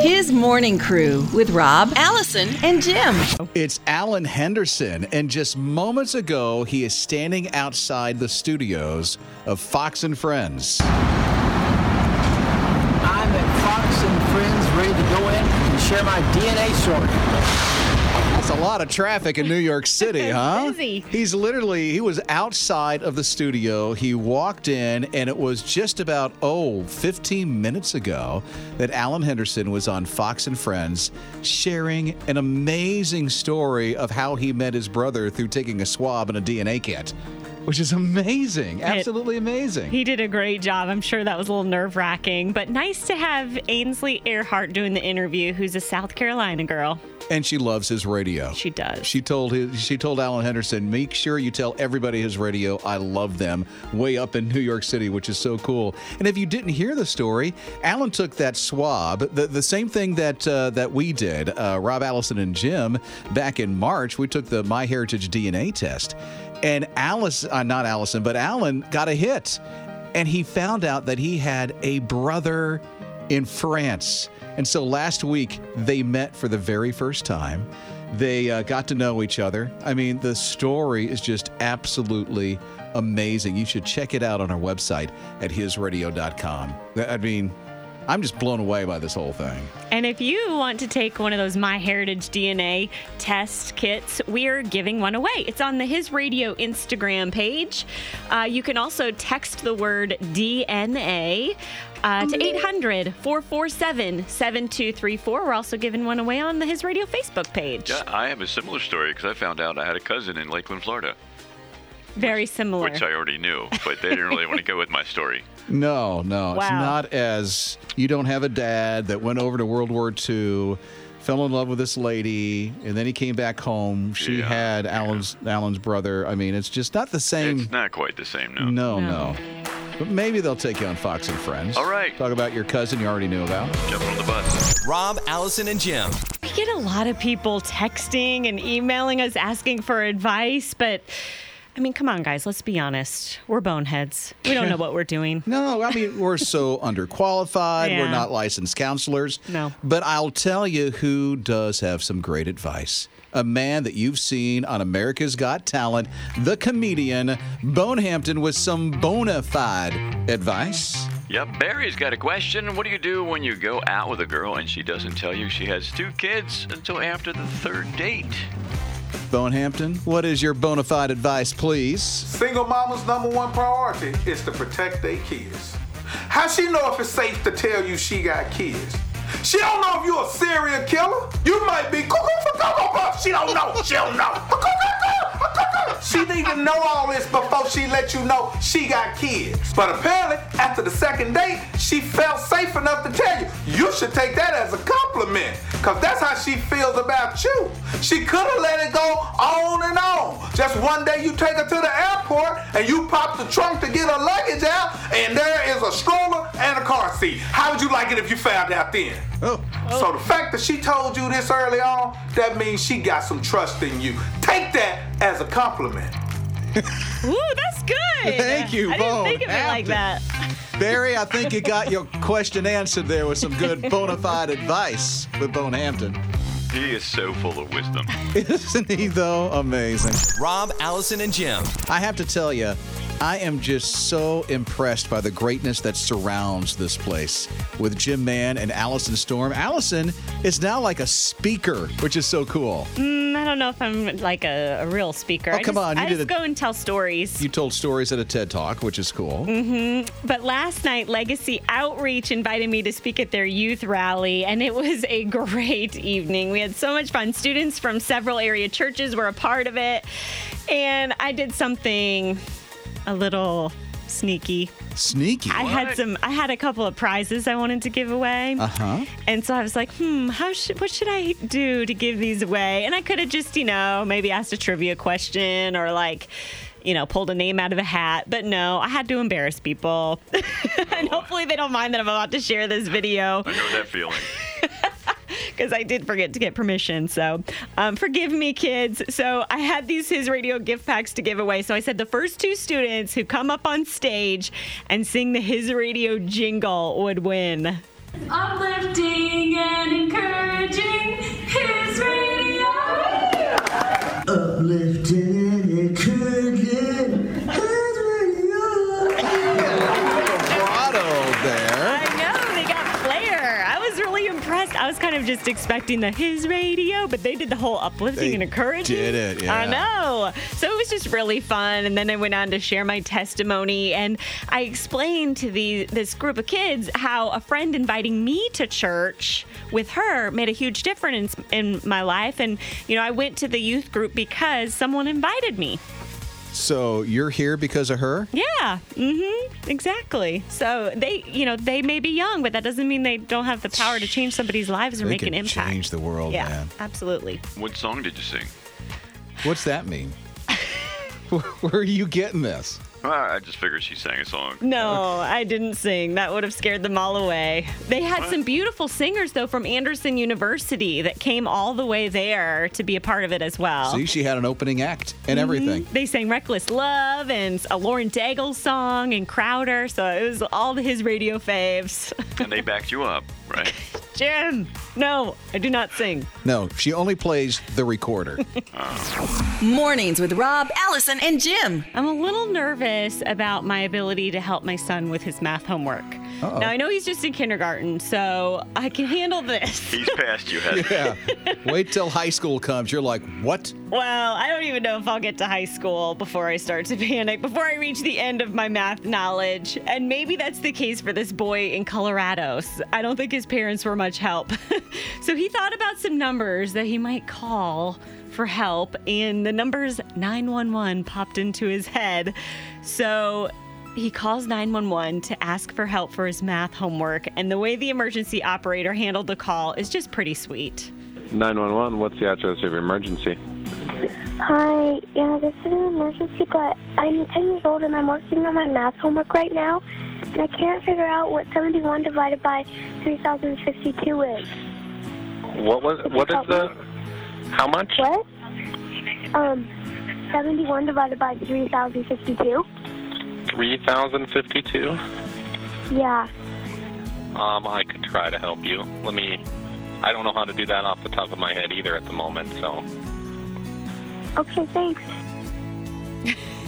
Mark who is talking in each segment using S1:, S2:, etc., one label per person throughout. S1: His morning crew with Rob, Allison, and Jim.
S2: It's Alan Henderson, and just moments ago, he is standing outside the studios of Fox and Friends.
S3: I'm at Fox and Friends, ready to go in and share my DNA story.
S2: That's a lot of traffic in New York City, huh?
S4: Busy.
S2: He's literally, he was outside of the studio. He walked in, and it was just about, oh, 15 minutes ago that Alan Henderson was on Fox and Friends sharing an amazing story of how he met his brother through taking a swab and a DNA kit, which is amazing. Absolutely amazing.
S4: He did a great job. I'm sure that was a little nerve wracking, but nice to have Ainsley Earhart doing the interview, who's a South Carolina girl.
S2: and she loves his radio.
S4: She does.
S2: She told his, she told Alan Henderson, make sure you tell everybody his radio. I love them. Way up in New York City, which is so cool. And if you didn't hear the story, Alan took that swab, the, the same thing that uh, that we did, uh, Rob Allison and Jim back in March. We took the MyHeritage DNA test, and Alice, uh, not Allison, but Alan got a hit, and he found out that he had a brother in France. And so last week they met for the very first time. They uh, got to know each other. I mean, the story is just absolutely amazing. You should check it out on our website at hisradio.com. I mean, I'm just blown away by this whole thing.
S4: And if you want to take one of those MyHeritage DNA test kits, we are giving one away. It's on the His Radio Instagram page. Uh, you can also text the word DNA uh, to 800 447 7234. We're also giving one away on the His Radio Facebook page.
S5: Yeah, I have a similar story because I found out I had a cousin in Lakeland, Florida,
S4: Very similar.
S5: which I already knew, but they didn't really want to go with my story.
S2: No, no, it's
S4: Wow.
S2: not as you don't have a dad that went over to World War II, fell in love with this lady, and then he came back home. She
S5: Yeah,
S2: had Alan's Alan's brother. I mean, it's just not the same.
S5: It's not quite the same, no.
S2: Hmm. no, no, But maybe they'll take you on Fox and Friends.
S5: All right.
S2: Talk about your cousin you already knew about.
S5: Jumping on the bus.
S6: Rob, Allison, and Jim.
S4: We get a lot of people texting and emailing us asking for advice, but I mean, come on, guys, let's be honest. We're boneheads. We don't know what we're doing.
S2: No, I mean, we're so underqualified. We're
S4: Yeah.
S2: not licensed counselors.
S4: No.
S2: But I'll tell you who does have some great advice. A man that you've seen on America's Got Talent, the comedian Bone Hampton, with some bona fide advice.
S5: Yeah, Barry's got a question. What do you do when you go out with a girl and she doesn't tell you she has two kids until after the third date?
S2: Bone Hampton, what is your bona fide advice, please?
S7: Single mama's number one priority is to protect their kids. How she know if it's safe to tell you she got kids? She don't know if you're a serial killer. You might be cuckoo for cocoa puff. She don't know. She don't know. Cuckoo, cuckoo, cuckoo. She need to know all this before she let you know she got kids. But apparently, after the second date, she felt safe enough to tell you. You should take that as a compliment, cause that's how she feels about you. She could have let it go on and on. Just one day you take her to the airport and you pop the trunk to get her luggage out, and there is a stroller and a car seat. How would you like it if you found out then?
S2: Oh,
S7: So the fact that she told you this early on, that means she got some trust in you. Take that as a compliment.
S4: Ooh, that's good.
S2: Thank you,
S4: I
S2: Bone
S4: didn't think of it like that.
S2: Barry, I think you got your question answered there with some good bona fide advice with Bone Hampton.
S5: He is so full of wisdom.
S2: Isn't he, though? Amazing.
S6: Rob, Allison, and Jim.
S2: I have to tell you, I am just so impressed by the greatness that surrounds this place with Jim Mann and Allison Storm. Allison is now like a speaker, which is so cool.
S4: Mm, I don't know if I'm like a, a real speaker.
S2: Oh,
S4: I
S2: come
S4: just,
S2: on, you
S4: I
S2: did
S4: just
S2: a-
S4: go and tell stories.
S2: You told stories at a TED Talk, which is cool.
S4: But last night, Legacy Outreach invited me to speak at their youth rally, and it was a great evening. We had so much fun. Students from several area churches were a part of it, and I did something a little sneaky.
S2: Sneaky.
S4: I had
S5: What?
S4: some. I had a couple of prizes I wanted to give away.
S2: Uh huh.
S4: And so I was like, hmm, how should, what should I do to give these away? And I could have just, you know, maybe asked a trivia question or like, you know, pulled a name out of a hat. But no, I had to embarrass people. and hopefully they don't mind that I'm about to share this video
S5: I know that feeling.
S4: because I did forget to get permission. So um, forgive me, kids. So I had these His Radio gift packs to give away. So I said the first two students who come up on stage and sing the His Radio jingle would win.
S8: uplifting and
S4: impressed. I was kind of just expecting the his radio, but they did the whole uplifting
S2: They
S4: and encouraging.
S2: did it,
S4: I
S2: yeah.
S4: know. So it was just really fun. And then I went on to share my testimony, and I explained to the this group of kids how a friend inviting me to church with her made a huge difference in my life. And you know, I went to the youth group because someone invited me.
S2: So you're here because of her?
S4: Yeah. Mm-hmm. Exactly. So they, you know, they may be young, but that doesn't mean they don't have the power to change somebody's lives or
S2: They
S4: make
S2: can
S4: an impact.
S2: change the world,
S4: yeah,
S2: man.
S4: absolutely.
S5: What song did you sing?
S2: What's that mean? Where- Where are you getting this?
S5: Ah, I just figured she sang a song.
S4: No, I didn't sing. That would have scared them all away. They had some beautiful singers though from Anderson University that came all the way there to be a part of it as well.
S2: See, she had an opening act
S4: Mm-hmm.
S2: and everything.
S4: They sang "Reckless Love" and a Lauren Daigle song and Crowder, so it was all his radio faves.
S5: And they backed you up, right?
S4: Jim, no, I do not sing.
S2: No, she only plays the recorder.
S1: Mornings with Rob, Allison, and Jim.
S4: I'm a little nervous about my ability to help my son with his math homework. Now, I know he's just in kindergarten, so I can handle this.
S5: He's past you, hasn't he?
S2: yeah. Wait till high school comes. You're like, what?
S4: Well, I don't even know if I'll get to high school before I start to panic, before I reach the end of my math knowledge. And maybe that's the case for this boy in Colorado. S- I don't think his parents were much help. so he thought about some numbers that he might call for help, and the numbers 911 popped into his head. So he calls 911 to ask for help for his math homework, and the way the emergency operator handled the call is just pretty sweet.
S8: 911, what's the address of your emergency?
S9: Hi, yeah, this is an emergency, but I'm 10 years old and I'm working on my math homework right now, and I can't figure out what 71 divided by 3052 is.
S8: What was what is the how much?
S9: What? Um, 71 divided by 3052?
S8: 3052.
S9: Yeah.
S8: Um I could try to help you. Let me I don't know how to do that off the top of my head either at the moment, so
S9: Okay, thanks.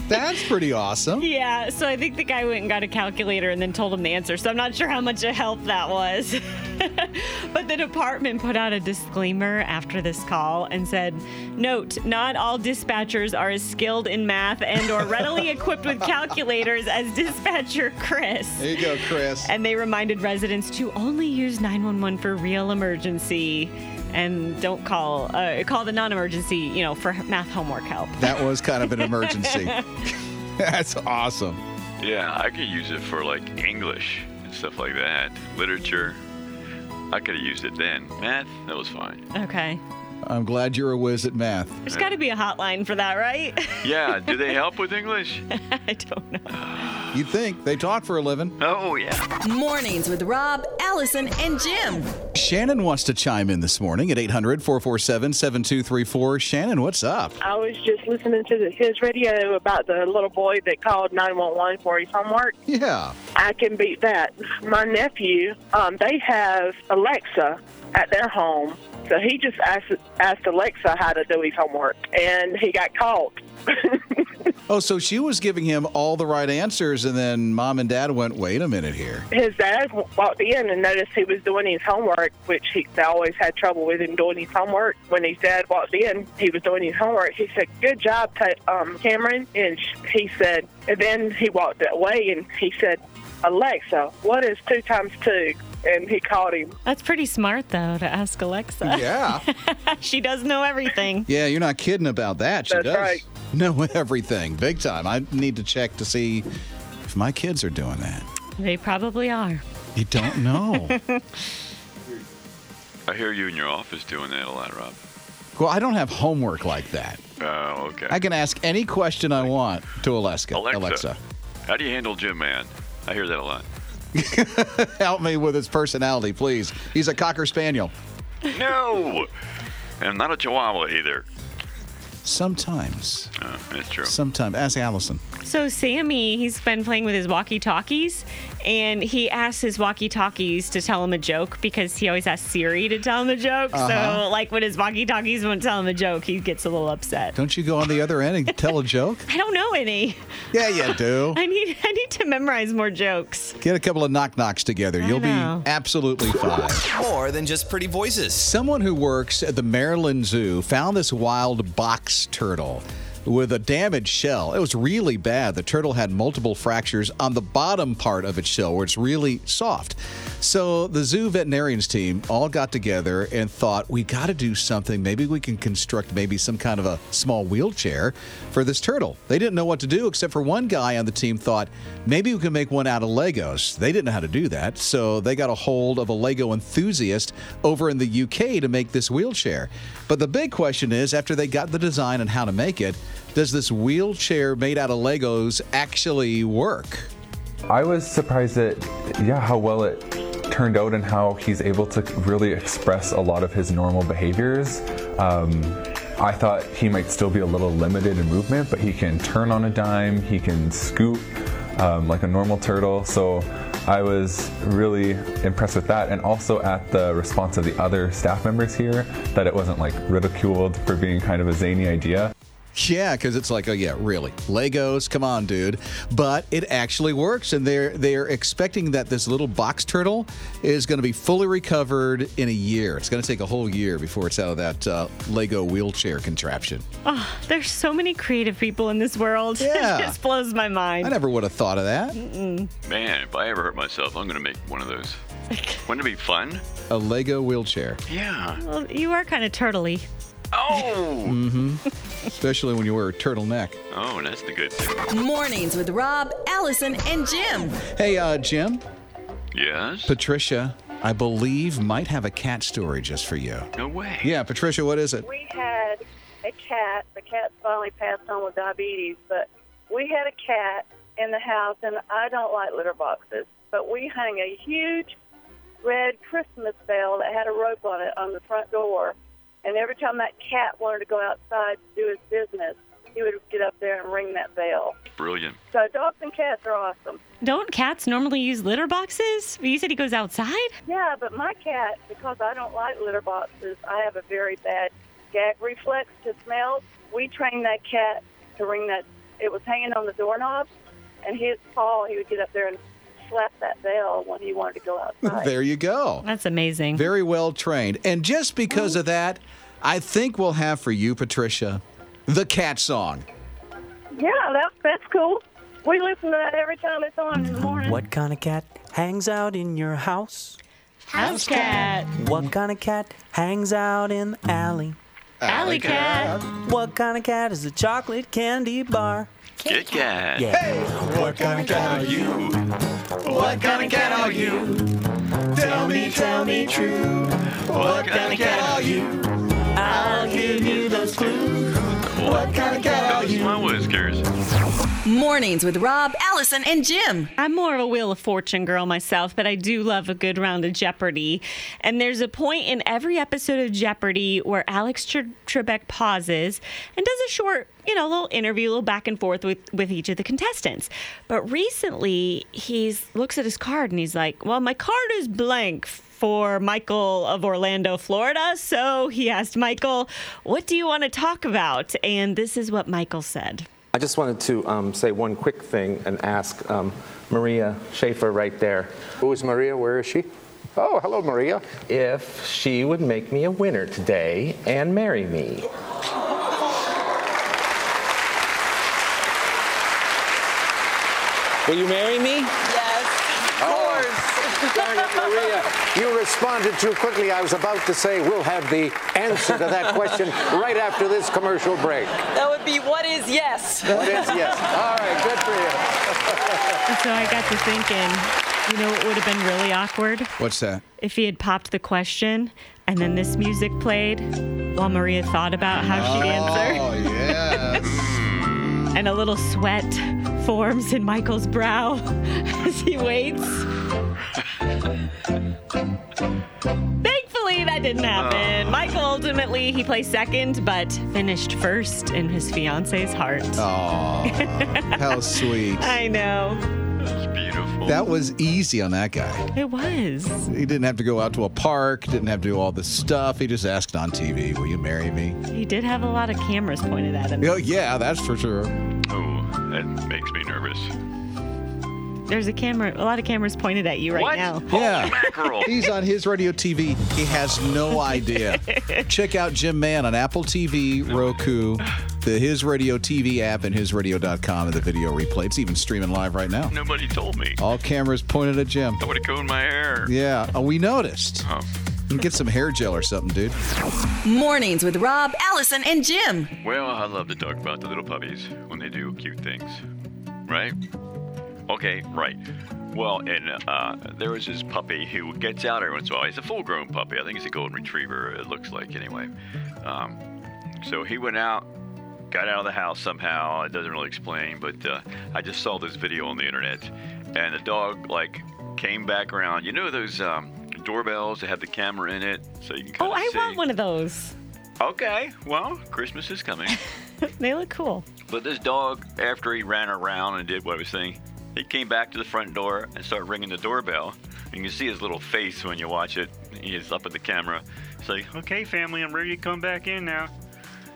S2: That's pretty awesome.
S4: Yeah, so I think the guy went and got a calculator and then told him the answer. So I'm not sure how much of help that was. but the department put out a disclaimer after this call and said, "Note: Not all dispatchers are as skilled in math and or readily equipped with calculators as dispatcher Chris."
S2: There you go, Chris.
S4: And they reminded residents to only use 911 for real emergency and don't call uh, call the non-emergency, you know, for math homework help.
S2: That was kind of an emergency. That's awesome.
S5: Yeah, I could use it for like English and stuff like that, literature. I could have used it then. Math, that was fine.
S4: Okay.
S2: I'm glad you're a whiz at math.
S4: There's got to be a hotline for that, right?
S5: Yeah, do they help with English?
S4: I don't know.
S2: You'd think they talk for a living.
S5: Oh, yeah.
S1: Mornings with Rob, Allison, and Jim.
S2: Shannon wants to chime in this morning at 800 447 7234. Shannon, what's up?
S10: I was just listening to the, his radio about the little boy that called 911 for his homework.
S2: Yeah.
S10: I can beat that. My nephew, um, they have Alexa at their home, so he just asked, asked Alexa how to do his homework, and he got caught.
S2: Oh, so she was giving him all the right answers, and then mom and dad went, wait a minute here.
S10: his dad walked in and noticed he was doing his homework, which he they always had trouble with him doing his homework. When his dad walked in, he was doing his homework. He said, "Good job, Ta um, Cameron," and sh- he said. And then he walked away and he said, "Alexa, what is two times two? And he called him.
S4: That's pretty smart, though, to ask Alexa.
S2: Yeah.
S4: she does know everything.
S2: Yeah, you're not kidding about that. She
S10: That's
S2: does
S10: right.
S2: know everything, big time. I need to check to see if my kids are doing that.
S4: They probably are.
S2: You don't know.
S5: I hear you in your office doing that a lot, Rob.
S2: well, I don't have homework like that.
S5: Oh, okay.
S2: I can ask any question I want to Alaska.
S5: Alexa. How do you handle Jim Man? I hear that a lot.
S2: help me with his personality, please. He's a cocker spaniel.
S5: No! And not a chihuahua either.
S2: Sometimes.
S5: Uh, that's true.
S2: Sometimes. Ask Allison.
S4: So Sammy, he's been playing with his walkie-talkies, and he asks his walkie-talkies to tell him a joke because he always asks Siri to tell him a joke.
S2: Uh-huh.
S4: So, like when his walkie-talkies won't tell him a joke, he gets a little upset.
S2: Don't you go on the other end and tell a joke?
S4: I don't know any.
S2: Yeah, you do.
S4: I need I need to memorize more jokes.
S2: Get a couple of knock knocks together. You'll
S4: know.
S2: be absolutely fine.
S6: More than just pretty voices.
S2: Someone who works at the Maryland Zoo found this wild box turtle with a damaged shell. It was really bad. The turtle had multiple fractures on the bottom part of its shell where it's really soft. So the zoo veterinarians team all got together and thought, we got to do something. Maybe we can construct maybe some kind of a small wheelchair for this turtle. They didn't know what to do except for one guy on the team thought, maybe we can make one out of Legos. They didn't know how to do that. So they got a hold of a Lego enthusiast over in the UK to make this wheelchair. But the big question is after they got the design and how to make it, does this wheelchair made out of Legos actually work?
S11: I was surprised at yeah how well it turned out and how he's able to really express a lot of his normal behaviors. Um, I thought he might still be a little limited in movement, but he can turn on a dime. He can scoop um, like a normal turtle. So I was really impressed with that, and also at the response of the other staff members here that it wasn't like ridiculed for being kind of a zany idea.
S2: Yeah, because it's like, oh yeah, really, Legos, come on, dude. But it actually works, and they're they're expecting that this little box turtle is going to be fully recovered in a year. It's going to take a whole year before it's out of that uh, Lego wheelchair contraption.
S4: Oh, there's so many creative people in this world.
S2: Yeah.
S4: it just blows my mind.
S2: I never would have thought of that.
S4: Mm-mm.
S5: Man, if I ever hurt myself, I'm gonna make one of those. Wouldn't it be fun?
S2: A Lego wheelchair.
S5: Yeah.
S4: Well, you are kind of turtley.
S5: Oh.
S2: Mm-hmm. Especially when you wear a turtleneck.
S5: Oh, that's the good thing.
S1: Mornings with Rob, Allison, and Jim.
S2: Hey, uh, Jim,
S5: Yes.
S2: Patricia, I believe might have a cat story just for you.
S5: No way.
S2: Yeah, Patricia, what is it?
S12: We had a cat. The cat finally passed on with diabetes, but we had a cat in the house, and I don't like litter boxes. But we hung a huge red Christmas bell that had a rope on it on the front door. And every time that cat wanted to go outside to do his business, he would get up there and ring that bell.
S5: Brilliant.
S12: So dogs and cats are awesome.
S4: Don't cats normally use litter boxes? You said he goes outside?
S12: Yeah, but my cat, because I don't like litter boxes, I have a very bad gag reflex to smells. We trained that cat to ring that. It was hanging on the doorknob, and his paw, he would get up there and slap that bell when he wanted to go outside.
S2: There you go.
S4: That's amazing.
S2: Very well trained. And just because of that, I think we'll have for you, Patricia, the cat song.
S12: Yeah, that's that's cool. We listen to that every time it's on in the morning.
S13: What kind of cat hangs out in your house?
S4: House cat.
S13: What kind of cat hangs out in the alley?
S4: Alley cat.
S13: What kind of cat is a chocolate candy bar?
S5: Kit Kat.
S13: Yeah.
S6: What kind of cat are you?
S13: What kind of cat are you? Tell me, tell me true.
S6: What kind of cat are you?
S13: I'll give you those clues.
S5: What kind of cat are you? My whiskers.
S1: Mornings with Rob, Allison, and Jim.
S4: I'm more of a Wheel of Fortune girl myself, but I do love a good round of Jeopardy. And there's a point in every episode of Jeopardy where Alex Tre- Trebek pauses and does a short, you know, little interview, a little back and forth with, with each of the contestants. But recently, he looks at his card and he's like, Well, my card is blank for Michael of Orlando, Florida. So he asked Michael, What do you want to talk about? And this is what Michael said.
S14: I just wanted to um, say one quick thing and ask um, Maria Schaefer right there. Who is Maria? Where is she? Oh, hello, Maria. If she would make me a winner today and marry me.
S15: Will you marry me?
S14: Of course. Darn it, Oh. Maria. You responded too quickly. I was about to say we'll have the answer to that question right after this commercial break.
S16: That would be what is yes.
S14: What is yes? All right, good for you.
S4: And so I got to thinking, you know, it would have been really awkward
S2: What's that?
S4: if he had popped the question and then this music played while Maria thought about how she answered.
S2: Oh, yes.
S4: And a little sweat forms in Michael's brow as he waits. Thankfully, Unfortunately, that didn't happen.
S2: Oh.
S4: Michael ultimately he placed second, but finished first in his fiance's heart.
S2: Oh. Aw, how sweet.
S4: I know.
S2: That was easy on that guy.
S4: It was.
S2: He didn't have to go out to a park, didn't have to do all this stuff. He just asked on TV, Will you marry me?
S4: He did have a lot of cameras pointed at him.
S2: Oh, yeah, that's for sure.
S5: Oh, that makes me nervous.
S4: There's a camera, a lot of cameras pointed at you right
S5: What?
S4: now.
S2: Yeah.
S5: mackerel.
S2: He's on his radio TV. He has no idea. Check out Jim Mann on Apple TV, Roku, the His Radio TV app, and hisradio.com and the video replay. It's even streaming live right now.
S5: Nobody told me.
S2: All cameras pointed at Jim.
S5: I would have combed my hair.
S2: Oh.
S5: Oh.
S2: Yeah, uh, we noticed. Get some hair gel or something, dude.
S1: Mornings with Rob, Allison, and Jim.
S5: Well, I love to talk about the little puppies when they do cute things, right? Okay, right. Well, and uh, there was this puppy who gets out every once in a while. He's a full-grown puppy. I think he's a golden retriever. It looks like, anyway. Um, so he went out, got out of the house somehow. It doesn't really explain, but uh, I just saw this video on the internet, and the dog like came back around. You know those um, doorbells that have the camera in it, so you can kind
S4: Oh,
S5: of
S4: I
S5: see.
S4: want one of those.
S5: Okay, well, Christmas is coming.
S4: they look cool.
S5: But this dog, after he ran around and did what I was saying, he came back to the front door and started ringing the doorbell. You can see his little face when you watch it. He's up at the camera. It's like, okay, family, I'm ready to come back in now.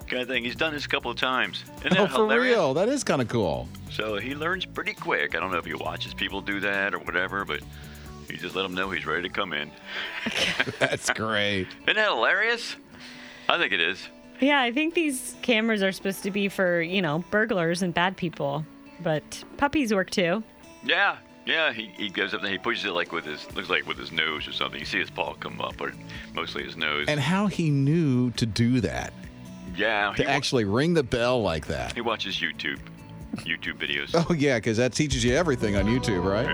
S5: Kind of thing. He's done this a couple of times. Isn't that
S2: oh, for
S5: hilarious?
S2: real. That is kind of cool.
S5: So he learns pretty quick. I don't know if he watches people do that or whatever, but he just let him know he's ready to come in.
S2: That's great.
S5: Isn't that hilarious? I think it is.
S4: Yeah, I think these cameras are supposed to be for, you know, burglars and bad people, but puppies work too.
S5: Yeah, yeah. He, he goes up there. He pushes it like with his looks like with his nose or something. You see his paw come up, or mostly his nose.
S2: And how he knew to do that,
S5: yeah, he,
S2: to actually ring the bell like that.
S5: he watches YouTube, YouTube videos.
S2: Oh, yeah, because that teaches you everything on YouTube, right?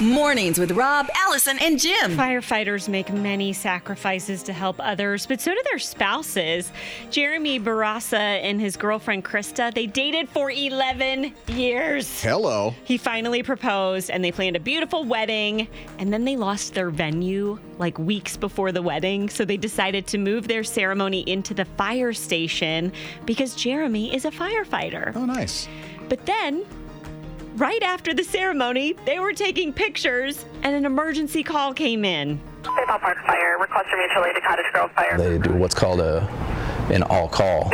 S1: Mornings with Rob, Allison, and Jim.
S4: Firefighters make many sacrifices to help others, but so do their spouses. Jeremy Barassa and his girlfriend Krista, they dated for 11 years.
S2: Hello.
S4: He finally proposed and they planned a beautiful wedding, and then they lost their venue like weeks before the wedding, so they decided to move their ceremony into the fire station because Jeremy is a firefighter. Oh,
S2: nice.
S4: But then Right after the ceremony, they were taking pictures and an emergency call came in.
S15: They do what's called a an all call,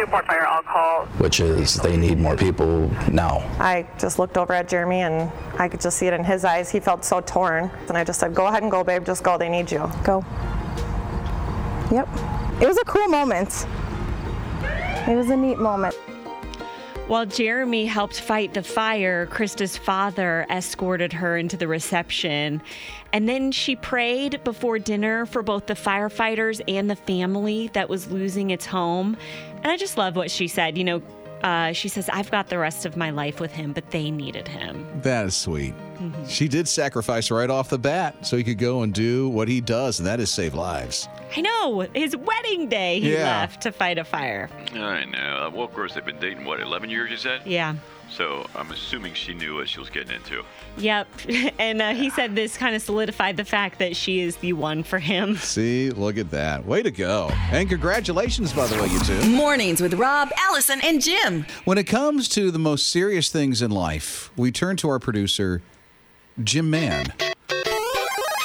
S15: which is they need more people now.
S17: I just looked over at Jeremy and I could just see it in his eyes. He felt so torn. And I just said, Go ahead and go, babe. Just go. They need you. Go. Yep. It was a cool moment. It was a neat moment.
S4: While Jeremy helped fight the fire, Krista's father escorted her into the reception. And then she prayed before dinner for both the firefighters and the family that was losing its home. And I just love what she said. You know, uh, she says, I've got the rest of my life with him, but they needed him.
S2: That is sweet. She did sacrifice right off the bat so he could go and do what he does, and that is save lives.
S4: I know, his wedding day, he
S2: Yeah.
S4: left to fight a fire.
S5: I know. Uh, Well, of course, they've been dating what 11 years, you said.
S4: Yeah.
S5: So I'm assuming she knew what she was getting into.
S4: Yep. And uh, he said this kind of solidified the fact that she is the one for him.
S2: See, look at that. Way to go. And congratulations, by the way, you two.
S1: Mornings with Rob, Allison, and Jim.
S2: When it comes to the most serious things in life, we turn to our producer, Jim Mann.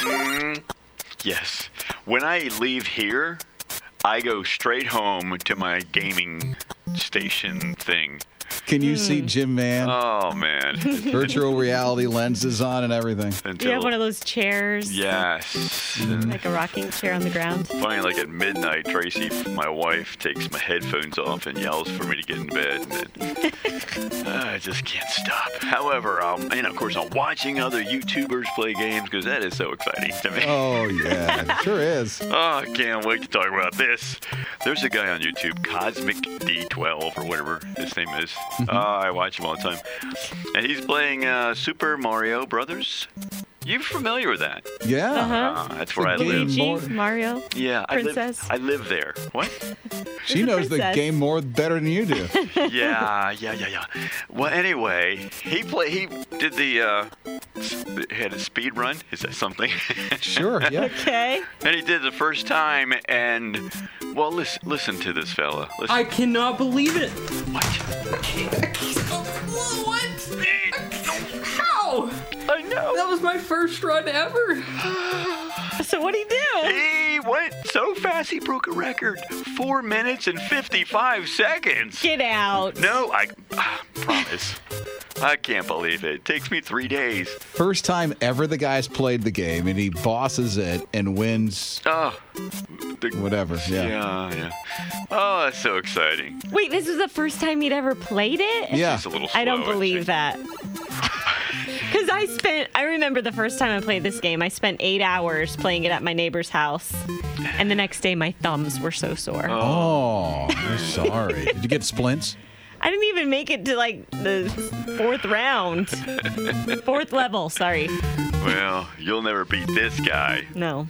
S5: Mm, yes. When I leave here, I go straight home to my gaming station thing.
S2: Can you see
S4: Hmm.
S2: Jim Mann?
S4: Uh,
S5: Oh man.
S2: Virtual reality lenses on and everything.
S4: Do you have one of those chairs?
S5: Yes.
S4: Like a rocking chair on the ground?
S5: Funny, like at midnight, Tracy, my wife, takes my headphones off and yells for me to get in bed. And then, Ah, I just can't stop. However, um, and of course, I'm watching other YouTubers play games because that is so exciting to me.
S2: Oh, yeah. it sure is.
S5: Oh, I can't wait to talk about this. There's a guy on YouTube, Cosmic D12 or whatever his name is. Ah, Uh, I watch him all the time, and he's playing uh, Super Mario Brothers. You familiar with that? Ah,
S2: Yeah.
S4: Uh-huh.
S5: that's where I live.
S4: Luigi, Mario.
S5: Yeah, I live,
S4: Princess.
S5: I live there. What?
S2: She
S4: It's a
S2: knows the
S4: princess.
S2: game more better than you do.
S5: yeah, yeah, yeah, yeah. Well, anyway, he play. He did the uh, sp- had a speed run. Is that something?
S2: sure. Yeah.
S4: Okay.
S5: And he did the first time, and well, listen, listen to this fella. Listen.
S18: I cannot believe it.
S13: What? How?
S5: I know.
S18: That was my first run ever.
S4: So what do you do?
S5: He went so fast he broke a record. Four minutes and 55 seconds.
S4: Get out.
S5: No, I ah, promise. I can't believe it. It takes me three days.
S2: First time ever the guy's played the game and he bosses it and wins
S5: Oh,
S2: whatever. Yeah.
S5: yeah, yeah. Oh, that's so exciting.
S4: Wait, this was the first time you'd ever played it?
S5: Yeah. It's a little
S4: I don't
S5: slow,
S4: believe that. Because I spent, I remember the first time I played this game, I spent eight hours playing it at my neighbor's house. And the next day, my thumbs were so sore.
S2: Oh, I'm sorry. Did you get splints?
S4: I didn't even make it to like the fourth round, fourth level, sorry.
S5: Well, you'll never beat this guy.
S4: No.